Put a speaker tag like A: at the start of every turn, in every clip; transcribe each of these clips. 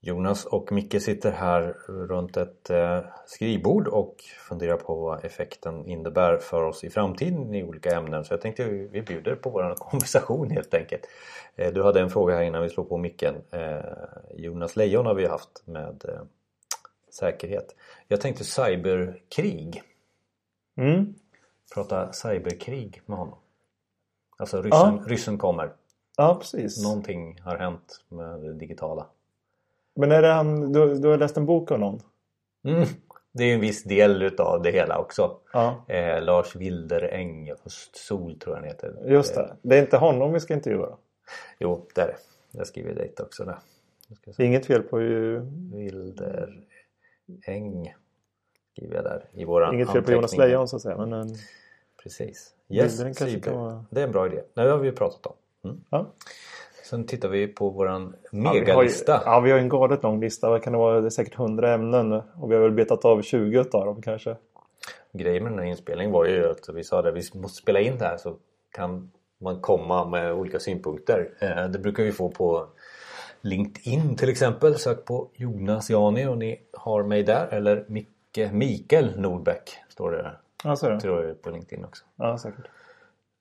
A: Jonas och Micke sitter här runt ett eh, skrivbord och funderar på vad effekten innebär för oss i framtiden i olika ämnen. Så jag tänkte vi vi bjuder på vår konversation helt enkelt. Eh, Du hade en fråga här innan vi slog på micken. Eh, Jonas Lejon har vi haft med eh, säkerhet. Jag tänkte cyberkrig.
B: Mm.
A: Prata cyberkrig med honom. Alltså ryssen,
B: Ja.
A: ryssen kommer.
B: Ja, precis.
A: Någonting har hänt med det digitala.
B: Men är det han, du, du har läst en bok av någon?
A: Mm. Det är ju en viss del utav det hela också.
B: Ja,
A: Eh, Lars Wilderäng, Höstsol tror jag han heter.
B: just
A: Eh,
B: det. Det är inte honom vi ska intervjua. då.
A: jo, där är det. Jag skriver dejt också där. Nu ska jag
B: Det
A: se.
B: är inget fel på ju...
A: Wilderäng skriver jag där i våran
B: Inget fel på Jonas
A: anteckningar.
B: Lejon så att säga. Men, eh, en-
A: Precis. Yes,
B: Wilderäng kanske
A: cyber.
B: kan vara-
A: Det är en bra idé. Det har vi ju pratat om. Mm.
B: ja.
A: Sen tittar vi på våran
B: Ja, vi har ju,
A: megalista.
B: ja, vi har ju en galet lång lista. Vad kan det vara? Det är säkert 100 ämnen. Och vi har väl betat av 20 av dem kanske.
A: Grejen med den här inspelningen var ju att vi sa det, vi måste spela in det här så kan man komma med olika synpunkter. Eh, Det brukar vi få på LinkedIn till exempel. Sök på Jonas Jani och ni har mig där. Eller Micke, Mikael Nordbäck står det där.
B: Ja, så är det. Typ.
A: Tror jag på LinkedIn också.
B: Ja, säkert.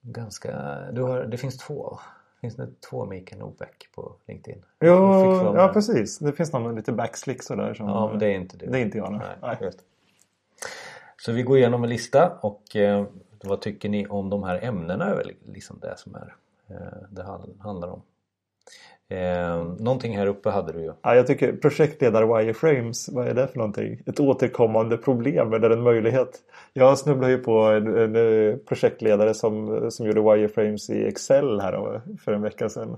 A: Ganska, du har, det finns två. va? Finns det två Mikael Nordbäck på LinkedIn?
B: Jo,
A: Jag fick för mig-
B: ja precis. Det finns någon med lite backslick sådär. Som,
A: Ja, men det är inte du.
B: det är inte jag. Nej.
A: Nej,
B: Nej.
A: just. Så vi går igenom en lista och eh, vad tycker ni om de här ämnena? är väl liksom det som är, eh, det han- handlar om. Eh, någonting här uppe hade du ju.
B: Ja, jag tycker projektledare wireframes, vad är det för någonting? Ett återkommande problem eller en möjlighet? Jag snubblade ju på en, en eh, projektledare som, som gjorde wireframes i Excel här om- för en vecka sedan.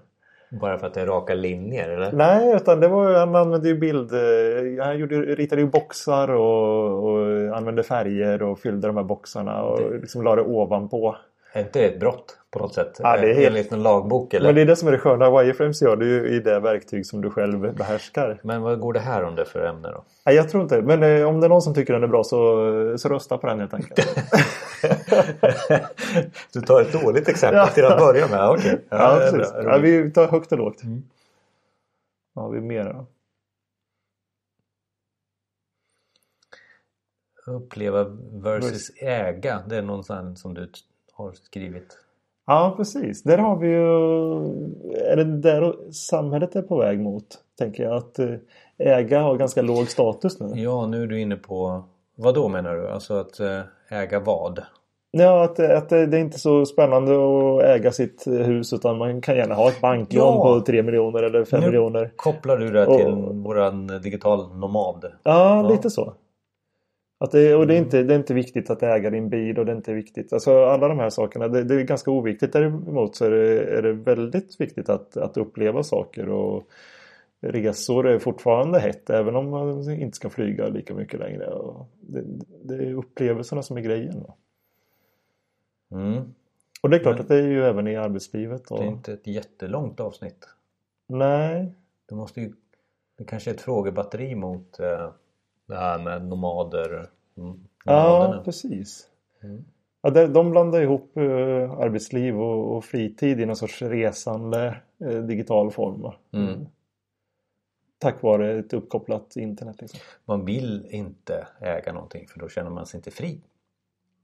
A: Bara för att det är raka linjer eller?
B: Nej, utan det var, han använde ju bild. eh, Han gjorde, ritade ju boxar och, och använde färger och fyllde de här boxarna och liksom la det ovanpå.
A: Är inte det ett brott på något sätt?
B: Ja, det är
A: Eh,
B: helt-
A: Enligt en lagbok eller?
B: Men
A: Men,
B: det är det som är det sköna. Wireframes gör du ju i det verktyg som du själv behärskar.
A: vad går det här under för ämne då?
B: Nej, jag tror inte Men eh, om det är någon som tycker den är bra så, så rösta på den helt enkelt.
A: du tar ett dåligt exempel
B: Ja.
A: till att börja med. Okej.
B: ja,
A: Eh, det är
B: precis.
A: bra.
B: Ja, vi tar högt och lågt.
A: Mm.
B: Ja, vi mer då?
A: Uppleva versus äga. Det är någon sån här som du t- har skrivit.
B: Ja, precis. Där har vi ju... Är det där samhället är på väg mot? Tänker jag att eh, äga har ganska låg status nu.
A: Ja, nu är du inne på vad då menar du? Alltså att eh, äga vad?
B: Ja, att, att det det är inte så spännande att äga sitt eh, hus utan man kan gärna ha ett banklån
A: Ja.
B: på 3 miljoner eller 5
A: Nu-
B: miljoner.
A: Kopplar du det
B: Och-
A: till våran digital nomad?
B: Ja,
A: Ja.
B: lite så. Att det, och det är, inte, det är inte viktigt att äga din bil och det är inte viktigt. Alltså alla de här sakerna, det, det är ganska oviktigt. Däremot så är det, är det väldigt viktigt att, att uppleva saker och resor är fortfarande hett även om man inte ska flyga lika mycket längre. Och det, det är upplevelserna som är grejen. va.
A: Mm.
B: Och det är klart
A: Men-
B: att det är ju även i arbetslivet. Och,
A: Det är inte ett jättelångt avsnitt.
B: Nej,
A: Du måste ju, det kanske är ett frågebatteri mot eh, det här med nomader. mm,
B: ja
A: nomaderna.
B: precis.
A: Mm.
B: Ja, de, de blandar ihop eh, arbetsliv och, och fritid i någon sorts resande eh, digital form. va.
A: Mm.
B: Tack vare ett uppkopplat internet. Liksom.
A: Man vill inte äga någonting för då känner man sig inte fri.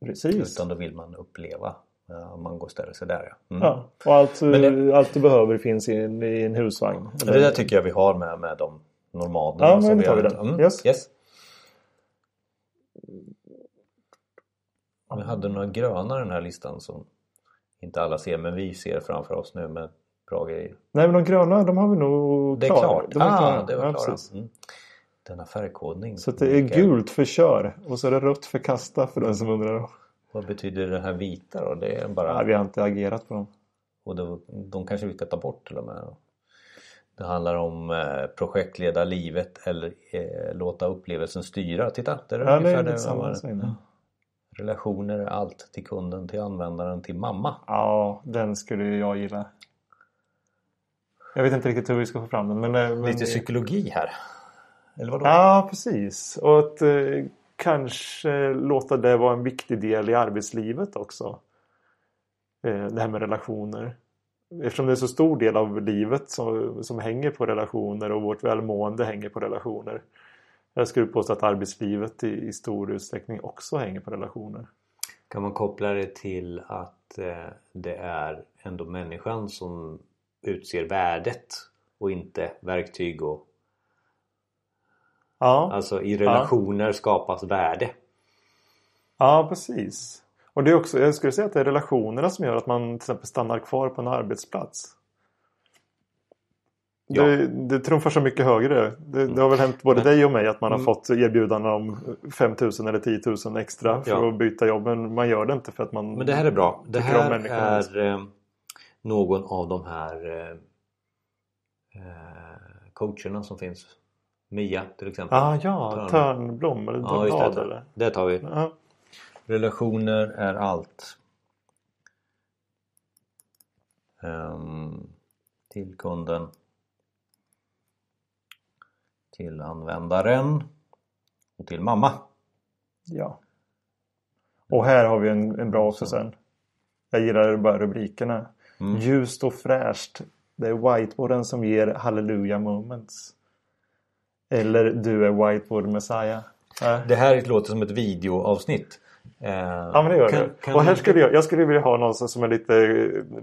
B: Precis.
A: Utan då vill man uppleva. Ja, om man går och ställer sig där. Ja. Mm.
B: Ja, och allt, eh,
A: Men det-
B: allt du behöver finns i en, i en husvagn.
A: Men Det där tycker jag vi har med, med de nomaderna.
B: Ja, men
A: som
B: nu tar vi
A: har-
B: den.
A: Mm.
B: Yes.
A: yes. Vi hade några gröna i den här listan som inte alla ser men vi ser framför oss nu med bra grejer.
B: Nej, men de gröna de har vi nog
A: Det är
B: klara.
A: klart.
B: De är
A: ah,
B: klara.
A: det var
B: Ja,
A: klara.
B: precis.
A: Mm. Denna färgkodning.
B: Så att det är
A: Mikael,
B: gult för kör och så är det rött för kasta för den som undrar.
A: Vad betyder det här vita då? Det är
B: Ja,
A: bara...
B: vi har inte agerat på dem.
A: Och då, de kanske vi ska ta bort till och med. Det handlar om eh, projektleda livet eller eh, låta upplevelsen styra. Titta, det är
B: Ja, det
A: ungefär
B: är
A: det
B: lite
A: jag var-
B: samma sak. nu.
A: Relationer är allt till kunden, till användaren, till mamma.
B: Ja, den skulle ju jag gilla. Jag vet inte riktigt hur vi ska få fram den. Men, eh, men...
A: Lite psykologi här. Eller vadå?
B: Ja, precis. Och att eh, kanske låta det vara en viktig del i arbetslivet också. Eh, det här med relationer. eftersom det är så stor del av livet som, som hänger på relationer och vårt välmående hänger på relationer. Jag skulle påstå att arbetslivet i, i stor utsträckning också hänger på relationer.
A: Kan man koppla det till att eh, det är ändå människan som utser värdet och inte verktyg och
B: Ja,
A: alltså i relationer skapas värde.
B: ja precis. Och det är också, jag skulle säga att det är relationerna som gör att man till exempel stannar kvar på en arbetsplats.
A: Ja.
B: Det, det trumfar så mycket högre. Det, det har väl hänt både
A: Men-
B: dig och mig att man har
A: Mm.
B: fått erbjudanden om 5 000 eller 10 000 extra för
A: Ja.
B: att byta jobb. Men man gör det inte för att man...
A: Men det här är bra. Det
B: Tycker
A: här
B: om människan.
A: är eh, någon av de här eh, eh, coacherna som finns. Mia till exempel.
B: Ah, ja,
A: Törn.
B: Törnblom eller
A: Ja,
B: Blad
A: just
B: eller?
A: det. Det tar vi.
B: Ja.
A: Relationer är allt. Ehm, till kunden. Till användaren. Och till mamma.
B: Ja. Och här har vi en, en bra också sen. Jag gillar bara rubrikerna.
A: Mm.
B: Ljust och fräscht. Det är whiteboarden som ger halleluja moments. Eller du är whiteboard messiah. Äh.
A: Det här låter som ett videoavsnitt. Eh,
B: Ja men det gör
A: kan-
B: det.
A: kan
B: och här
A: vi-
B: skulle jag, jag skulle vilja ha någon som som är lite,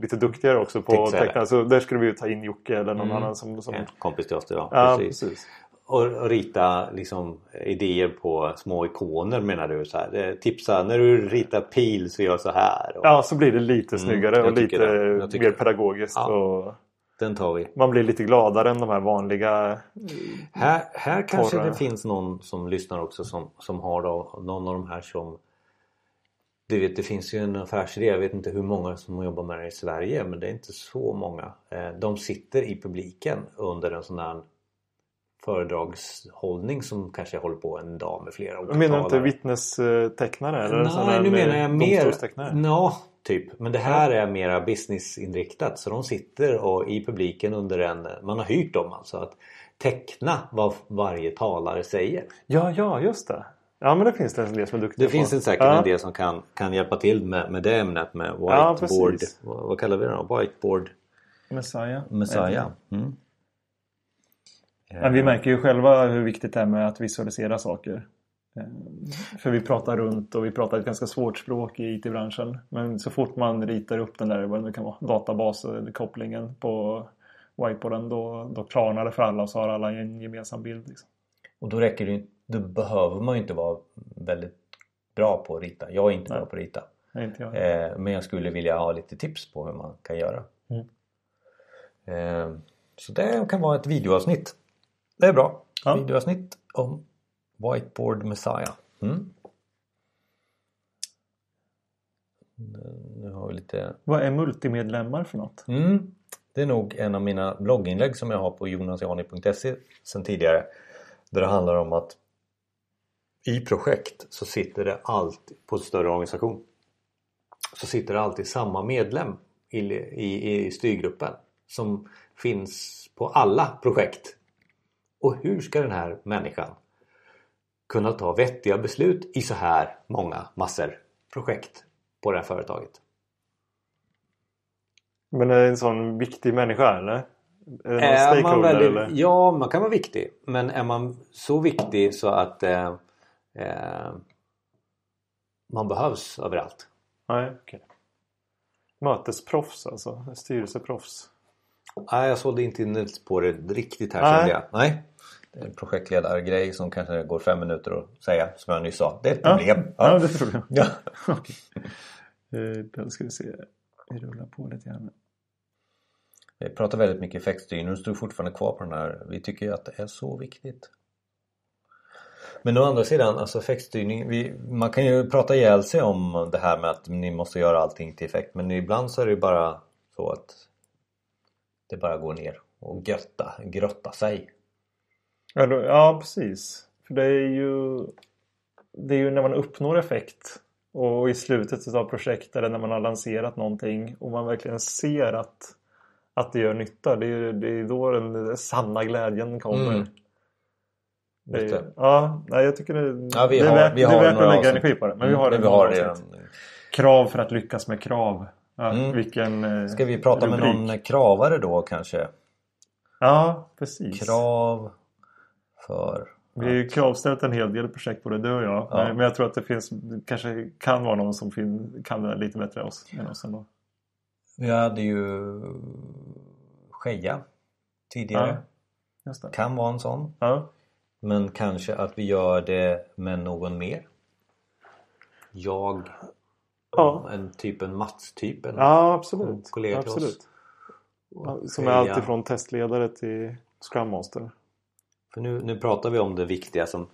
B: lite duktigare också på att
A: Fixare.
B: teckna. Så där skulle vi ju ta in Jocke eller någon annan som... som...
A: En kompis till oss idag.
B: Ja,
A: Mm. precis.
B: precis.
A: Och, och rita liksom, idéer på små ikoner menar du? Så här. Eh, Tipsa, när du ritar pil så gör så här. Och
B: Ja, så blir det lite
A: Mm,
B: snyggare
A: jag
B: och
A: tycker
B: lite
A: det. Jag tycker
B: mer
A: det.
B: pedagogiskt.
A: Ja.
B: Och
A: Den tar vi.
B: man blir lite gladare än de här vanliga
A: Här, här kanske
B: Torrare.
A: det finns någon som lyssnar också som, som har då, någon av de här som du vet, det finns ju en affärsidé, jag vet inte hur många som jobbar med det i Sverige men det är inte så många. Eh, De sitter i publiken under en sån här föredragshållning som kanske håller på en dag med flera olika
B: Menar du inte
A: talare.
B: vittnestecknare? Eller sån
A: Nej,
B: här
A: nu menar jag mer...
B: Alltså, domstolstecknare?
A: Ja, typ. Men det här är mera businessinriktat. Så de sitter och i publiken under en... Man har hyrt dem alltså att teckna vad varje talare säger.
B: Ja, ja, just det. Ja, men det finns det en del som är duktiga
A: Det finns
B: på.
A: en säkert en del som kan, kan hjälpa till med, med det ämnet med
B: Ja,
A: whiteboard...
B: precis.
A: vad, vad kallar vi det då? Whiteboard
B: Messiah. Eh,
A: Messiah. Mm.
B: Men vi märker ju själva hur viktigt det är med att visualisera saker. Eh, För vi pratar runt och vi pratar ett ganska svårt språk i IT-branschen. Men så fort man ritar upp den där, vad det nu kan vara, databaskopplingen på whiteboarden då, då klarnar det för alla och så har alla en gemensam bild. Liksom.
A: Och då räcker det ju- Då behöver man ju inte vara väldigt bra på att rita. Jag är inte bra på att rita.
B: Nej, inte jag.
A: Eh, men jag skulle vilja ha lite tips på hur man kan göra.
B: Mm.
A: Eh, så det kan vara ett videoavsnitt. Det är bra.
B: Ja.
A: Videoavsnitt om Whiteboard Messiah. Mm. Nu har vi lite...
B: Vad är multimedlemmar för något?
A: Mm. Det är nog en av mina blogginlägg som jag har på jonasjani.se sedan tidigare. Där det handlar om att i projekt så sitter det alltid på en större organisation. Så sitter det alltid samma medlem i, i, i styrgruppen som finns på alla projekt. Och hur ska den här människan kunna ta vettiga beslut i så här många massor projekt på det här företaget?
B: Men är det en sån viktig människa eller? Är det
A: Är
B: någon
A: man
B: stakeholder
A: väldigt,
B: eller?
A: Ja, man kan vara viktig. Men är man så viktig så att eh, eh, man behövs överallt.
B: Nej, okej. Mötesproffs alltså, styrelseproffs.
A: Nej, jag sålde inte in på det riktigt här
B: Nej.
A: kände jag. Nej. Det är en projektledargrej som kanske går fem minuter att säga som jag nyss sa. Det är ett problem.
B: Ja,
A: Ja.
B: det tror jag.
A: Ja.
B: Eh, Då ska vi se, vi rullar på lite grann.
A: Vi pratar väldigt mycket effektstyrning och står fortfarande kvar på den här. Vi tycker ju att det är så viktigt. Men å andra sidan, alltså effektstyrning. Vi, man kan ju prata ihjäl sig om det här med att ni måste göra allting till effekt. Men ibland så är det ju bara så att det bara går ner och götta, grotta sig.
B: Ja, då, ja precis. För det är ju Det är ju när man uppnår effekt och i slutet av projekt eller när man har lanserat någonting och man verkligen ser att, att det gör nytta. Det är, ju- det är då den sanna glädjen kommer.
A: Mm.
B: Det
A: Just
B: är,
A: det.
B: ja, nej, jag tycker det,
A: Ja, vi
B: det är
A: har-
B: värt,
A: vi
B: det
A: har
B: är värt att
A: några
B: lägga
A: avsnitt.
B: energi på det. Men vi har
A: Mm,
B: det,
A: vi har
B: i några
A: det.
B: avsnitt. Krav för att lyckas med krav. Ja,
A: Mm.
B: Vilken eh,
A: Ska vi prata med
B: rubrik.
A: någon kravare då kanske?
B: Ja, precis.
A: Krav för...
B: Vi har ju kravställt en hel del projekt både du och jag.
A: Ja.
B: Men jag tror att det finns, kanske kan vara någon som fin, kan det här lite bättre än oss. Än oss ändå.
A: Vi hade ju Skeja tidigare.
B: Ja. Just det.
A: Kan vara en sån.
B: Ja.
A: Men kanske att vi gör det med någon mer. Jag,
B: Ja.
A: en typ en Mats-typ. En
B: ja, absolut.
A: kollega till oss.
B: absolut. Ja, Som är
A: Skeja.
B: allt ifrån testledare till Scrum Master.
A: För nu, nu pratar vi om det viktiga som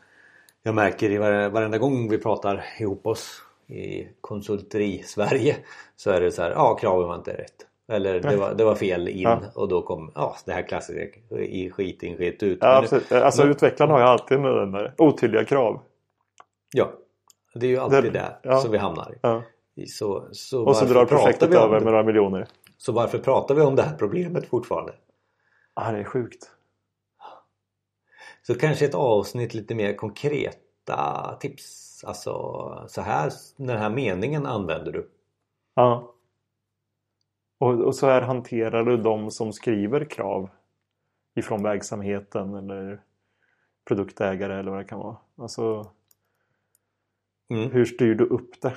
A: jag märker i vare- varenda gång vi pratar ihop oss i konsulteri-Sverige så är det så här, ja kraven var inte rätt. Eller det var, det var fel in
B: Ja.
A: och då kom ja, det här klassiska i skit in skit ut.
B: Ja,
A: Men nu-
B: absolut. Alltså
A: men-
B: utvecklarna har ju alltid med den där otydliga krav.
A: ja, det är ju alltid
B: Det-
A: där
B: ja.
A: som vi hamnar.
B: Ja.
A: i. Så, så
B: Och så
A: varför
B: drar
A: pratar
B: projektet
A: vi om
B: över
A: det?
B: med några miljoner.
A: Så varför pratar vi om det här problemet fortfarande?
B: Ja, det är sjukt.
A: Så kanske ett avsnitt lite mer konkreta tips. Alltså så här, den här meningen använder du.
B: Ja. Och, och så här hanterar du de som skriver krav ifrån verksamheten eller produktägare eller vad det kan vara. Alltså,
A: Mm.
B: hur styr du upp det?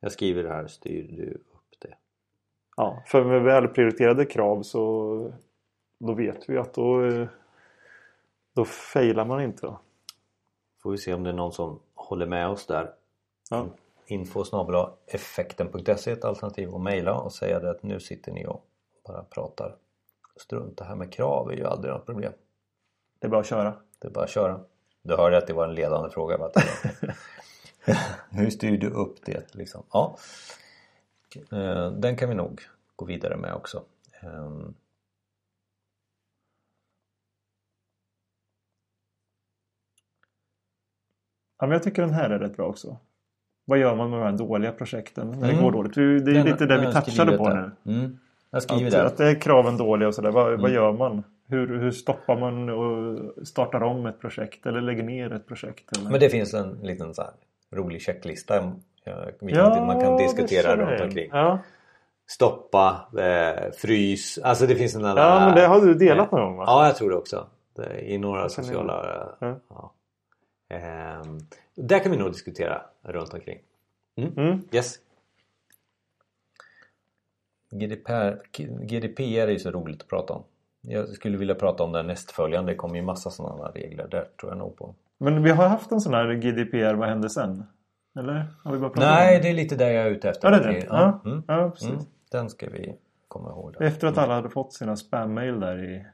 A: Jag skriver här, styr du upp det.
B: Ja, för med välprioriterade krav så då vet vi att då, eh, då failar man inte. Då.
A: Får vi se om det är någon som håller med oss där.
B: Ja.
A: Info snabel-a effekten.se ett alternativ och mejla och säga det att nu sitter ni och bara pratar strunt. Det här med krav är ju aldrig något problem.
B: Det är bara att köra.
A: Det är bara att köra. Du hörde att det var en ledande fråga. va? Hur styr du upp det? Liksom? Ja. Eh, Den kan vi nog gå vidare med också. Ehm.
B: Ja, men jag tycker den här är rätt bra också. Vad gör man med de här dåliga projekten när det
A: Mm.
B: går dåligt? Det är ju- det är
A: Den-
B: lite det
A: den
B: vi
A: har jag
B: touchade
A: skrivit
B: på
A: där.
B: nu.
A: Mm. Jag skriver Mm. det.
B: Att, att det är kraven dåliga och sådär. Vad, vad gör man? Hur, hur stoppar man och startar om ett projekt eller lägger ner ett projekt? Eller?
A: Men det finns en liten så här rolig checklista eh, vi kan,
B: Ja,
A: man kan
B: det
A: diskutera
B: känner
A: runt
B: jag.
A: omkring.
B: Ja.
A: Stoppa, eh, frys, alltså det finns en annan...
B: ja, men det har du delat någon gång va?
A: Ja, jag tror det också. Det- I några
B: känner
A: sociala...
B: Ja.
A: Ja. Ehm, där kan vi nog diskutera runt omkring.
B: Mm.
A: Yes. GDPR, GDPR är ju så roligt att prata om. Jag skulle vilja prata om det här nästföljande. Det kommer ju massa sådana här regler där tror jag nog på.
B: Men vi har haft en sån här GDPR, vad händer sen? Eller? Har vi bara pratat
A: Nej,
B: om
A: det är lite där jag är ute efter.
B: Ja, det
A: Att
B: är
A: vi-
B: det. Ja,
A: Mm.
B: ja precis.
A: Mm. Den ska vi komma ihåg. Där.
B: Efter att alla hade fått sina spam-mail där i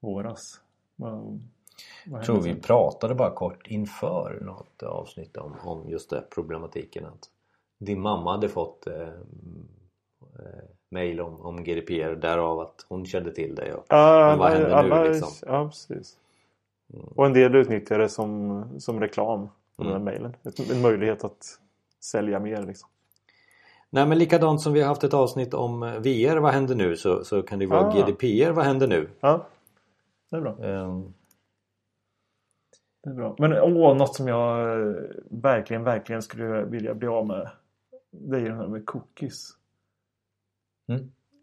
B: våras. Vad, vad
A: Jag tror
B: hände
A: vi
B: sen?
A: pratade bara kort inför något avsnitt om, om just den problematiken att din mamma hade fått eh, eh, mail om, om GDPR därav att hon kände till dig. Och,
B: Ja,
A: Men vad
B: alla,
A: händer nu,
B: alla,
A: liksom?
B: ja, precis. Och en del utnyttjar det som, som reklam. På
A: Mm.
B: den här mailen. Ett- En möjlighet att sälja mer liksom.
A: Nej men likadant som vi har haft ett avsnitt om eh, VR, vad händer nu? Så, så kan det vara
B: Ah.
A: GDPR, vad händer nu?
B: Ja, det är bra.
A: Ehm,
B: Det är bra. Men åh, något som jag eh, verkligen, verkligen skulle vilja bli av med. Det är ju det här med cookies.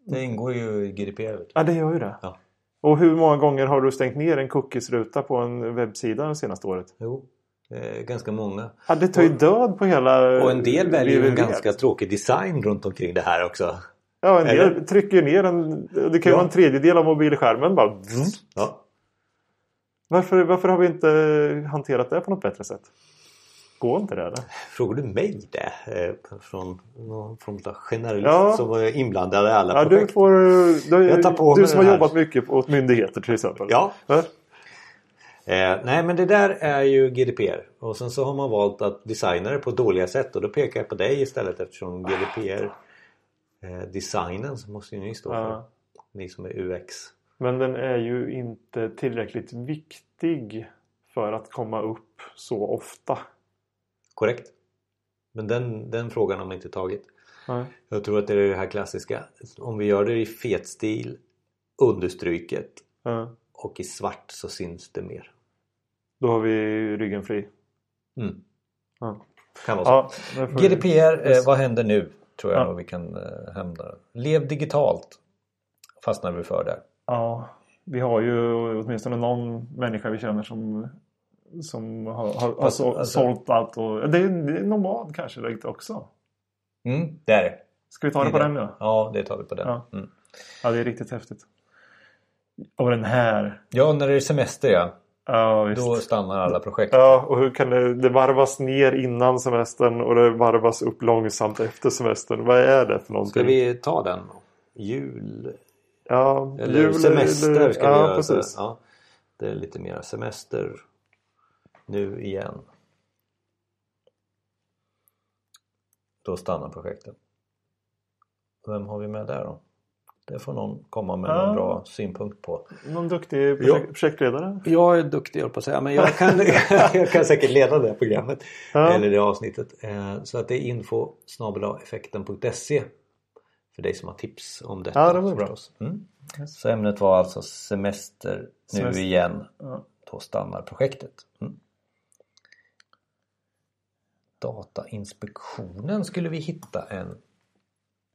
A: det ingår ju i GDPR.
B: Ja, det gör ju det.
A: Ja.
B: Och hur många gånger har du stängt ner en cookiesruta på en webbsida det senaste året?
A: Jo, eh, ganska många.
B: Ja, det tar ju död på hela... eh,
A: Och en del väljer ju en
B: www.
A: ganska tråkig design runt omkring det här också.
B: Ja, en del
A: eller?
B: trycker ju ner en... Det kan ju
A: Ja. Mm.
B: vara en tredjedel av mobilskärmen bara.
A: Ja.
B: Varför, varför har vi inte hanterat det på något bättre sätt? Går inte det eller?
A: Frågar du mig det? Eh, Från någon form av generalist
B: Ja.
A: som var inblandad i alla
B: Ja, du
A: projekt?
B: får, du,
A: Jag tar på mig
B: du som har
A: det här.
B: jobbat mycket åt myndigheter till exempel.
A: Ja.
B: Ja.
A: Eh, nej men det där är ju GDPR och sen så har man valt att designa det på dåliga sätt och då pekar jag på dig istället eftersom
B: Ah,
A: GDPR eh, designen så måste ju ni stå för.
B: Ja.
A: Ni som är UX.
B: Men den är ju inte tillräckligt viktig för att komma upp så ofta.
A: Korrekt? Men den, den frågan har man inte tagit.
B: Nej.
A: Jag tror att det är det här klassiska. Om vi gör det i fet stil, understryket
B: Ja.
A: och i svart så syns det mer.
B: Då har vi ryggen fri.
A: Mm.
B: Ja.
A: Kan vara så.
B: Ja, det får vi-
A: GDPR, eh, vad händer nu? Tror jag
B: Ja.
A: nog vi kan eh, hämna. Lev digitalt. Fastnar vi för där.
B: Ja, vi har ju åtminstone någon människa vi känner som, som har, har, har
A: Fast,
B: så,
A: alltså-
B: sålt allt. Och, det, är, det är nomad kanske direkt också.
A: Mm, där är det.
B: Ska vi ta det på
A: Det är
B: den nu?
A: Ja, det tar vi på den.
B: Ja.
A: Mm.
B: Ja, det är riktigt häftigt. Och den här.
A: ja, när det är semester ja.
B: Ja, visst.
A: Då stannar alla projekt.
B: Ja, och hur kan det, det varvas ner innan semestern och det varvas upp långsamt efter semestern. Vad är det för någonting?
A: Ska vi ta den? Jul
B: ja,
A: eller
B: jul-
A: semester ska
B: ja,
A: vi göra.
B: Precis.
A: Så, ja, det är lite mera semester nu igen. Då stannar projekten. Vem har vi med där då? Det får någon komma med
B: Ja.
A: någon bra synpunkt på.
B: Någon duktig
A: Ja.
B: projek- projektledare?
A: Jag är duktig höll på att säga men jag kan, jag kan säkert leda det här programmet.
B: Ja.
A: Eller det avsnittet. Eh, Så att det är info effekten.se För dig som har tips om detta.
B: Ja, det vore bra.
A: förstås. Mm.
B: Yes.
A: Så ämnet var alltså semester nu
B: Semester.
A: igen.
B: Ja.
A: Då stannar projektet. Mm. Datainspektionen skulle vi hitta en.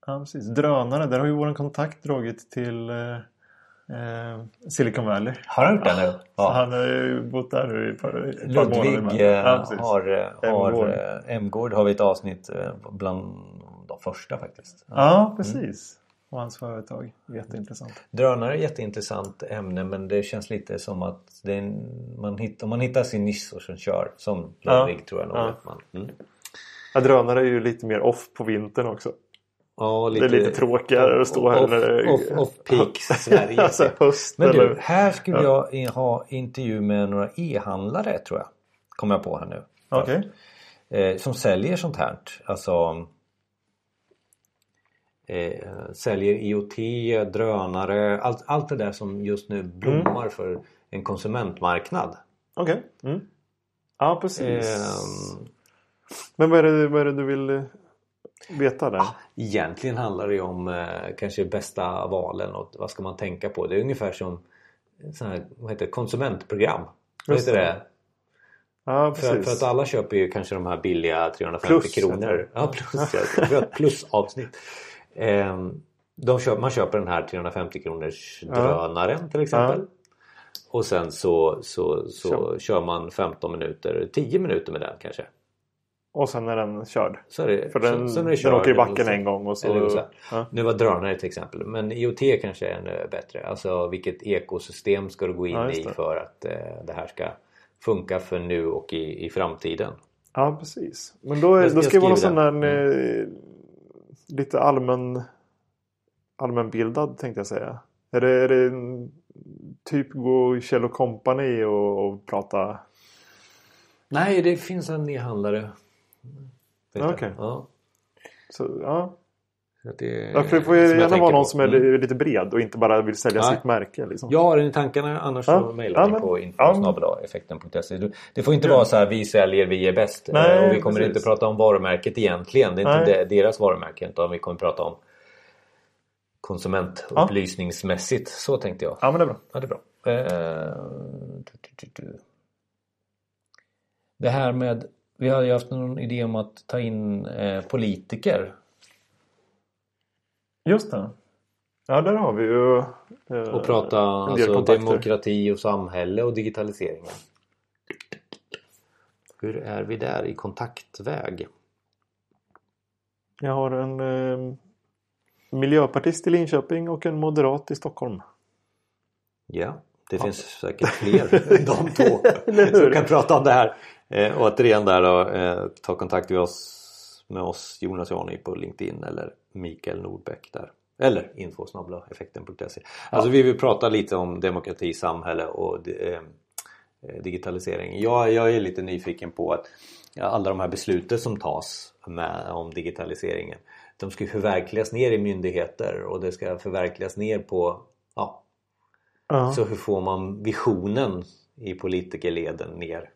B: Ja, precis. Drönare, där har ju vår kontakt dragit till eh, eh, Silicon Valley.
A: Har han gjort det nu?
B: Så
A: Ja.
B: han har ju bott där nu i ett par, ett par månader.
A: Ludvig
B: med.
A: eh,
B: Ja, precis.
A: har, eh,
B: Emgård.
A: har eh, Emgård har vi ett avsnitt eh, bland de första faktiskt.
B: Ja, precis. Och hans företag. Jätteintressant.
A: Drönare är ett jätteintressant ämne men det känns lite som att det är en, man hitt, om man hittar sin nisch och sen kör som
B: Ja.
A: Ludvig tror jag nog
B: Ja.
A: att man... Mm.
B: Ja, drönare är ju lite mer off på vintern också.
A: Ja,
B: Det är lite tråkigare att stå här
A: off,
B: när det är-
A: off, off peak Sverige.
B: alltså, höst
A: Men du,
B: eller...
A: här skulle jag i- ha intervju med några e-handlare tror jag. Kommer jag på här nu.
B: Okej.
A: Eh, som säljer sånt här. Alltså eh, säljer IoT, drönare, allt, allt det där som just nu
B: Mm.
A: blommar för en konsumentmarknad.
B: Okej. Mm. Ja, precis.
A: Ehm,
B: Men vad är, det, vad är det du vill eh, veta där?
A: Egentligen handlar det ju om eh, kanske bästa valen och vad ska man tänka på. Det är ungefär som sån här, vad heter det, konsumentprogram. Vad
B: Just
A: heter det?
B: Ja,
A: För, för att
B: precis.
A: alla köper ju kanske de här billiga 350
B: Plus, heter
A: kronor. Ja, plus, ja. Vi har ett plusavsnitt. Ehm, De köper, man köper den här 350 kronors drönaren till exempel. Och sen så, så, så
B: Kör.
A: kör man 15 minuter, 10 minuter med den kanske.
B: Och sen är den körd.
A: Så är det,
B: För den,
A: så, så är det
B: den
A: kört,
B: åker i
A: eller
B: backen
A: så-
B: en gång och så...
A: eller så här.
B: Ja.
A: Nu var drönare till exempel, men IoT kanske är ännu bättre. Alltså vilket ekosystem ska du gå in
B: Ja, just
A: i
B: det.
A: för att eh, det här ska funka för nu och i, i framtiden?
B: Ja, precis. Men då, är,
A: Jag-
B: då
A: jag
B: ska det vara någon sån
A: skriver Mm.
B: där eh, lite allmän, allmänbildad tänkte jag säga. Är det, är det en- typ gå Kjell och Company och, och prata?
A: Nej, det finns en e-handlare. Vet jag.
B: Okej.
A: Ja,
B: Så, ja.
A: så att det,
B: Ja, för det får
A: Eh, som
B: ju
A: jag
B: gärna
A: tänker
B: vara någon
A: på.
B: som är
A: Mm.
B: li- lite bred och inte bara vill sälja
A: Nej.
B: sitt märke. Liksom.
A: Jag har den i tankarna, annars
B: Ja.
A: så mejlar
B: Ja,
A: ni
B: men-
A: på
B: ja.
A: info.effekten.se. Du- Det får inte
B: Ja.
A: vara så här, vi säljer, vi är bäst. eh,
B: Nej,
A: och vi kommer
B: precis.
A: inte prata om varumärket egentligen. Det är inte
B: Nej.
A: de- deras varumärke, utan vi kommer prata om konsumentupplysningsmässigt. Så tänkte jag.
B: Ja, men det är bra.
A: Ja, det är bra. Eh, du, du, du, du. Det här med, vi hade ju haft någon idé om att ta in eh, politiker
B: Just det. Ja, där har vi ju... eh,
A: och prata
B: en del
A: alltså,
B: kontakter.
A: demokrati och samhälle och digitaliseringen. Hur är vi där i kontaktväg?
B: Jag har en eh, miljöpartist i Linköping och en moderat i Stockholm.
A: Ja, det finns säkert fler än de två
B: Eller hur?
A: som kan prata om det här. Eh, och återigen där då, eh, ta kontakt med oss, med oss Jonas Jani på LinkedIn eller Mikael Nordbäck där. Eller info.effekten.se Alltså vi vill prata lite om demokrati, samhälle och eh, eh, digitalisering. Jag, jag är lite nyfiken på att ja, alla de här besluten som tas med, om digitaliseringen. De ska ju förverkligas ner i myndigheter och det ska förverkligas ner på ja,
B: Ja.
A: så hur får man visionen i politikerleden ner?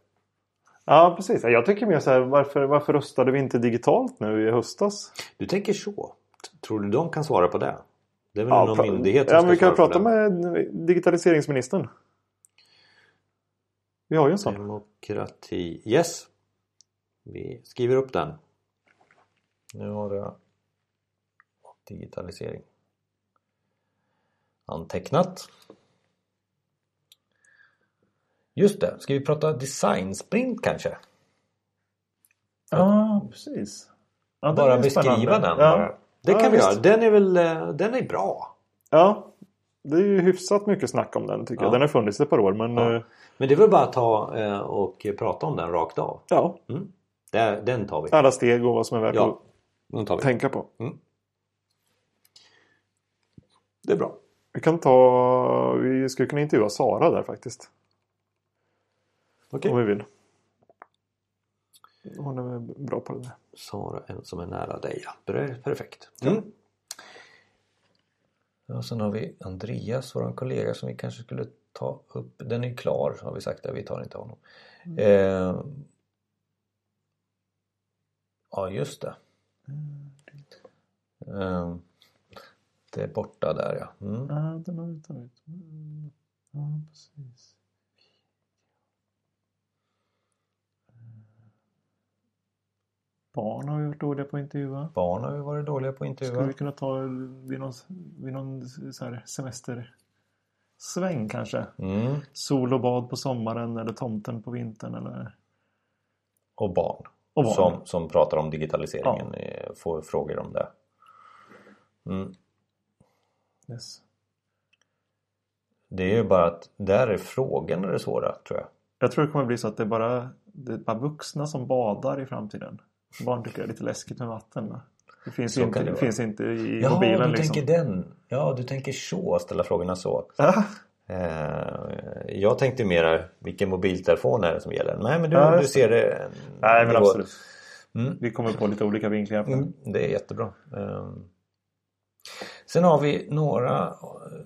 B: Ja, precis. Jag tänker mer så här, varför, varför röstade vi inte digitalt nu i höstas?
A: Du tänker så. T- Tror du de kan svara på det? Det är väl någon
B: pra-
A: myndighet som
B: ja,
A: ska
B: men vi kan
A: svara på
B: prata
A: det?
B: med digitaliseringsministern. Vi har ju en sån.
A: Demokrati. Yes. Vi skriver upp den. Nu har jag digitalisering antecknat. Just det, ska vi prata design sprint kanske?
B: Ja, precis. Ja, den
A: bara
B: är
A: beskriva
B: spännande.
A: den.
B: Ja.
A: Bara. Det
B: Ja,
A: kan vi
B: visst.
A: göra. Den är väl eh, den är bra.
B: Ja, det är ju hyfsat mycket snack om den tycker
A: Ja.
B: jag. Den har funnits ett par år men
A: Ja.
B: eh,
A: Men det är väl bara att ta eh, och prata om den rakt av.
B: ja,
A: Där- Den tar vi.
B: alla steg och vad som är värt
A: Ja, den tar
B: att
A: vi.
B: tänka på.
A: Det är bra.
B: Vi kan ta, vi skulle kunna intervjua Sara där faktiskt.
A: Okej.
B: Om vi vill. Hon är bra på det där.
A: Sara, en som är nära dig. Ja, det är perfekt. Mm. Ja, sen har vi Andreas, vår kollega som vi kanske skulle ta upp. Den är ju klar har vi sagt, där. vi tar inte honom. Eh, ja, just det.
B: Mm.
A: Eh, det är borta där ja. Mm.
B: Ja, den har vi tagit. Mm. Ja, precis. Eh, Barn har vi varit dåliga på att intervjua.
A: Barn har vi varit dåliga på att
B: Skulle
A: intervjua.
B: vi kunna ta vid någon, vid någon så här semestersväng kanske?
A: Mm.
B: Sol och bad på sommaren eller tomten på vintern eller?
A: Och barn.
B: Och barn.
A: Som, som pratar om digitaliseringen. eh, Får frågor om det. Mm.
B: Yes.
A: Det är ju bara att där är frågorna det svåra tror jag.
B: Jag tror det kommer bli så att det är bara, det är bara vuxna som badar i framtiden. Barn tycker det är lite läskigt med vatten. va? Det finns,
A: Så
B: ju
A: kan
B: inte,
A: det
B: det
A: vara.
B: finns inte i
A: Ja,
B: mobilen
A: du
B: liksom.
A: tänker den. Ja, du tänker så, ställa frågorna så.
B: Ja,
A: Eh, jag tänkte mera vilken mobiltelefon är det som gäller? Nej, men du,
B: Ja,
A: du
B: just
A: ser det. en
B: Nej men
A: nivå.
B: absolut.
A: Mm.
B: Vi kommer på lite olika vinklingar på
A: Mm,
B: det.
A: det är jättebra. Ehm. Sen har vi några eh,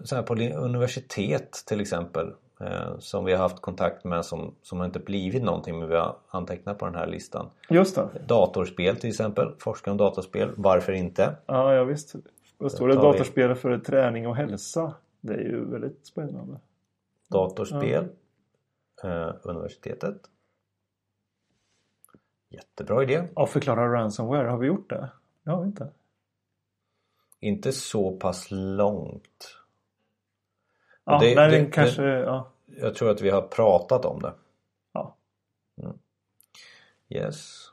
A: så här på li- universitet till exempel eh, som vi har haft kontakt med som, som har inte blivit någonting men vi har antecknat på den här listan.
B: Just det.
A: Datorspel till exempel, forska om datorspel, varför inte?
B: Ja, ja visst. Vad står det?
A: tar vi.
B: Datorspel för träning och hälsa. Det är ju väldigt spännande.
A: datorspel, eh, universitetet. Jättebra idé.
B: Ja, förklara ransomware. Har vi gjort det? Det har vi inte.
A: Inte så pass långt.
B: Ja,
A: Det-
B: nej,
A: det-
B: den kanske... Ja.
A: Jag tror att vi har pratat om det.
B: Ja.
A: Mm. Yes.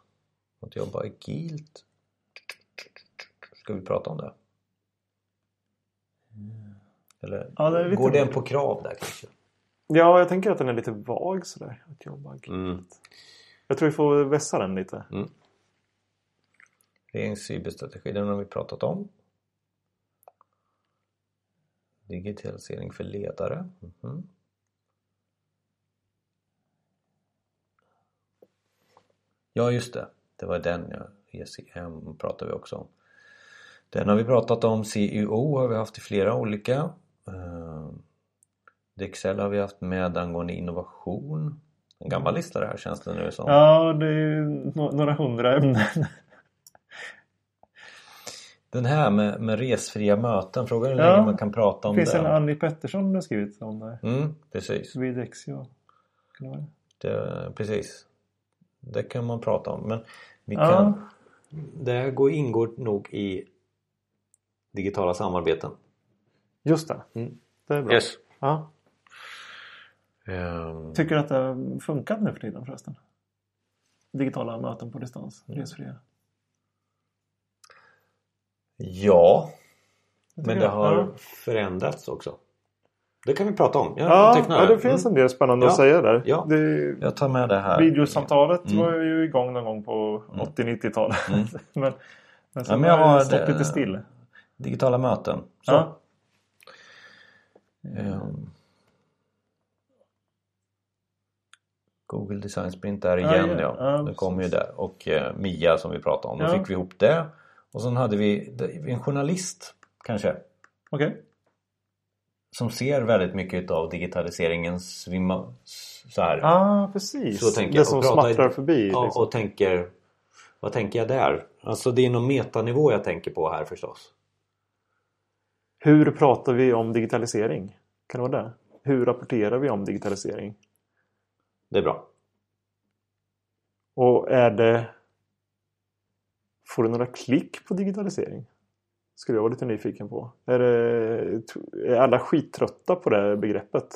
A: Att jobba agilt. Ska vi prata om det? Eller
B: Ja, det är lite
A: går den
B: mer-
A: på krav där kanske?
B: ja, jag tänker att den är lite vag sådär. Att jobba.
A: Mm.
B: Jag tror vi får vässa den lite.
A: Regeringens cyberstrategi, den har vi pratat om. Digitalisering för ledare. Mhm. Ja, just det. Det var den, ja. E ECM pratar vi också om. Den har vi pratat om. CEO har vi haft i flera olika. Eh, Dexcel har vi haft med angående innovation. En gammal lista det här känns det nu som.
B: Ja, det är ju no- några hundra ämnen.
A: Den här med, med resfria möten, frågan är hur
B: Ja.
A: länge man kan prata
B: Det
A: om
B: finns en
A: det.
B: Annie Pettersson har skrivit om det. här.
A: Mm, precis.
B: Videxio. Kan det vara det?
A: Det, precis. Det kan man prata om. Men vi
B: Ja.
A: kan... Det här går, ingår nog i digitala samarbeten.
B: Just det.
A: Mm.
B: Det är bra.
A: Yes.
B: Ja.
A: Ehm,
B: Tycker du att det har funkat nu för tiden förresten? Digitala möten på distans. Resfria.
A: ja,
B: Jag
A: men
B: tycker
A: det
B: jag.
A: har
B: Ja.
A: förändrats också. Det kan vi prata om. Jag,
B: Ja,
A: antecknar
B: ja,
A: här.
B: det finns en del spännande
A: Ja.
B: att säga där.
A: Ja.
B: Det,
A: Jag tar med det här.
B: videosamtalet
A: Mm.
B: var ju igång någon gång på 80-90-talet.
A: Mm.
B: men, men sen
A: Ja, men jag
B: har
A: har
B: det stått
A: det-
B: lite still.
A: Digitala möten. Så.
B: Ja. Mm.
A: Ehm. Google Design Sprint där
B: Ja,
A: igen
B: ja,
A: ja.
B: ja,
A: det kom ju
B: precis.
A: där. Och eh, Mia som vi pratade om. Då
B: Ja.
A: fick vi ihop det. Och sen hade vi det- en journalist kanske.
B: Okej.
A: Som ser väldigt mycket av digitaliseringens svimma... s- Så här.
B: Ah, precis.
A: Så tänker
B: det
A: jag.
B: som
A: Och prata i-
B: smattrar förbi.
A: Ja,
B: liksom.
A: och tänker... Vad tänker jag där? Alltså det är någon metanivå jag tänker på här förstås.
B: Hur pratar vi om digitalisering? Kan det vara det? Hur rapporterar vi om digitalisering?
A: Det är bra.
B: Och är det Får du några klick på digitalisering? Skulle jag vara lite nyfiken på. Är, det, är alla skittrötta på det här begreppet?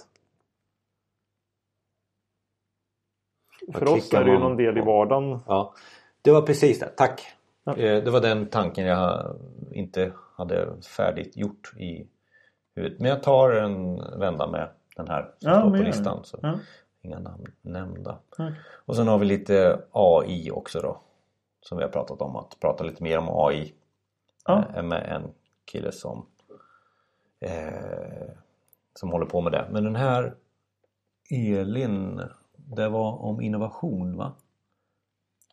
A: Vad
B: För oss
A: klickar
B: är det ju
A: man
B: någon del i
A: på?
B: vardagen.
A: Ja, det var precis det. Tack!
B: Ja.
A: Eh, Det var den tanken jag inte hade färdigt gjort i huvudet. Men jag tar en vända med den här som
B: Ja,
A: står
B: men
A: på
B: gör det.
A: listan. Så
B: Ja.
A: Inga namn nämnda.
B: Nej.
A: Och sen har vi lite AI också då. Som vi har pratat om. Att prata lite mer om AI.
B: Ja.
A: Eh, Med en kille som eh, som håller på med det. Men den här Elin, det var om innovation va?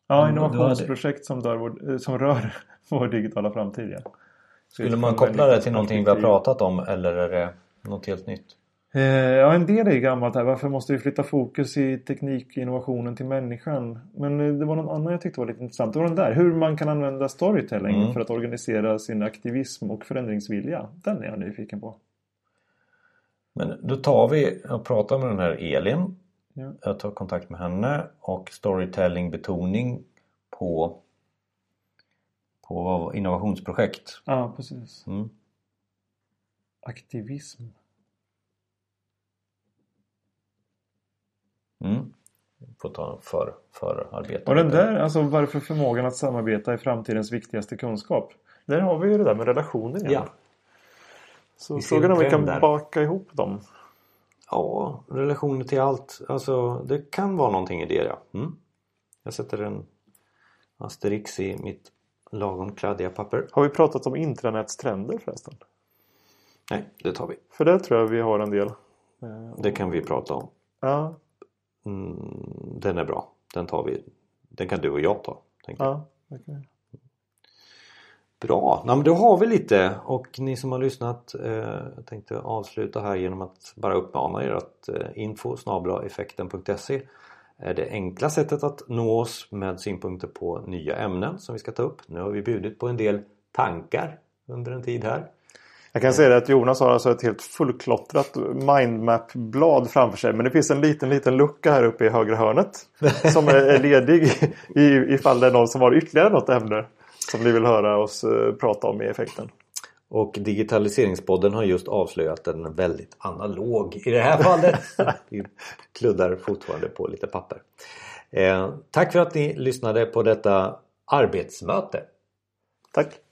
B: Ja,
A: Mm,
B: innovationsprojekt som, dör vår, eh, som rör vår digitala framtid. Ja.
A: Skulle
B: Utifrån
A: man koppla det
B: människans
A: till någonting vi har
B: perspektiv.
A: pratat om eller är det något helt nytt?
B: Eh, Ja, en del är ju gammalt här. Varför måste vi flytta fokus i teknikinnovationen till människan? Men eh, det var någon annan jag tyckte var lite intressant. Det var den där. Hur man kan använda storytelling
A: Mm.
B: för att organisera sin aktivism och förändringsvilja. Den är jag nyfiken på.
A: Men då tar vi och pratar med den här Elin.
B: Ja.
A: Jag tar kontakt med henne och storytelling betoning på, på vad- innovationsprojekt.
B: Ja, ah, precis.
A: Mm.
B: Aktivism.
A: Mm. Får ta en för, förarbete.
B: Och den där, alltså varför förmågan att samarbeta är framtidens viktigaste kunskap. Där har vi ju det där med relationer igen.
A: Ja.
B: Så
A: Vi ser
B: frågan är om vi
A: en
B: kan
A: trend där.
B: baka ihop dem.
A: Ja, relationer till allt. Alltså det kan vara någonting i det ja. Mm. Jag sätter en asterix i mitt lagom kladdiga papper.
B: Har vi pratat om intranätstrender förresten?
A: Nej, det tar vi.
B: För där tror jag vi har en del. Eh,
A: Det kan vi prata om.
B: Ja,
A: Mm, den är bra. Den tar vi. Den kan du och jag ta. tänker jag.
B: ja. okej.
A: Bra, Nej, men då har vi lite och ni som har lyssnat eh, jag tänkte avsluta här genom att bara uppmana er att eh, info effekten.se är det enkla sättet att nå oss med synpunkter på nya ämnen som vi ska ta upp. Nu har vi bjudit på en del tankar under en tid här.
B: Jag kan säga det att Jonas har alltså ett helt fullklottrat mindmap-blad framför sig. Men det finns en liten, liten lucka här uppe i högra hörnet. Som är- är ledig i, ifall det är någon som har ytterligare något ämne. Som ni vill höra oss eh, prata om i effekten.
A: Och Digitaliseringspodden har just avslöjat att den är väldigt analog i det här fallet. Vi kluddar fortfarande på lite papper. Eh, tack för att ni lyssnade på detta arbetsmöte.
B: Tack!